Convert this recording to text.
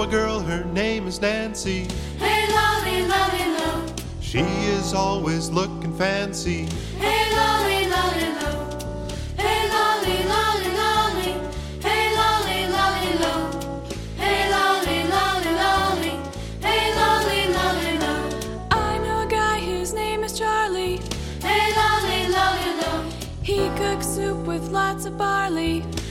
a girl, her name is Nancy. Hey, lolly, lolly, lo. She is always looking fancy. Hey, lolly, lolly, lo. Hey, lolly, lolly, lolly. Hey, lolly, lolly, lo. Hey, lolly, lolly, lolly. Hey, lolly, lolly, lo. I know a guy whose name is Charlie. Hey, lolly, lolly, lo. He cooks soup with lots of barley.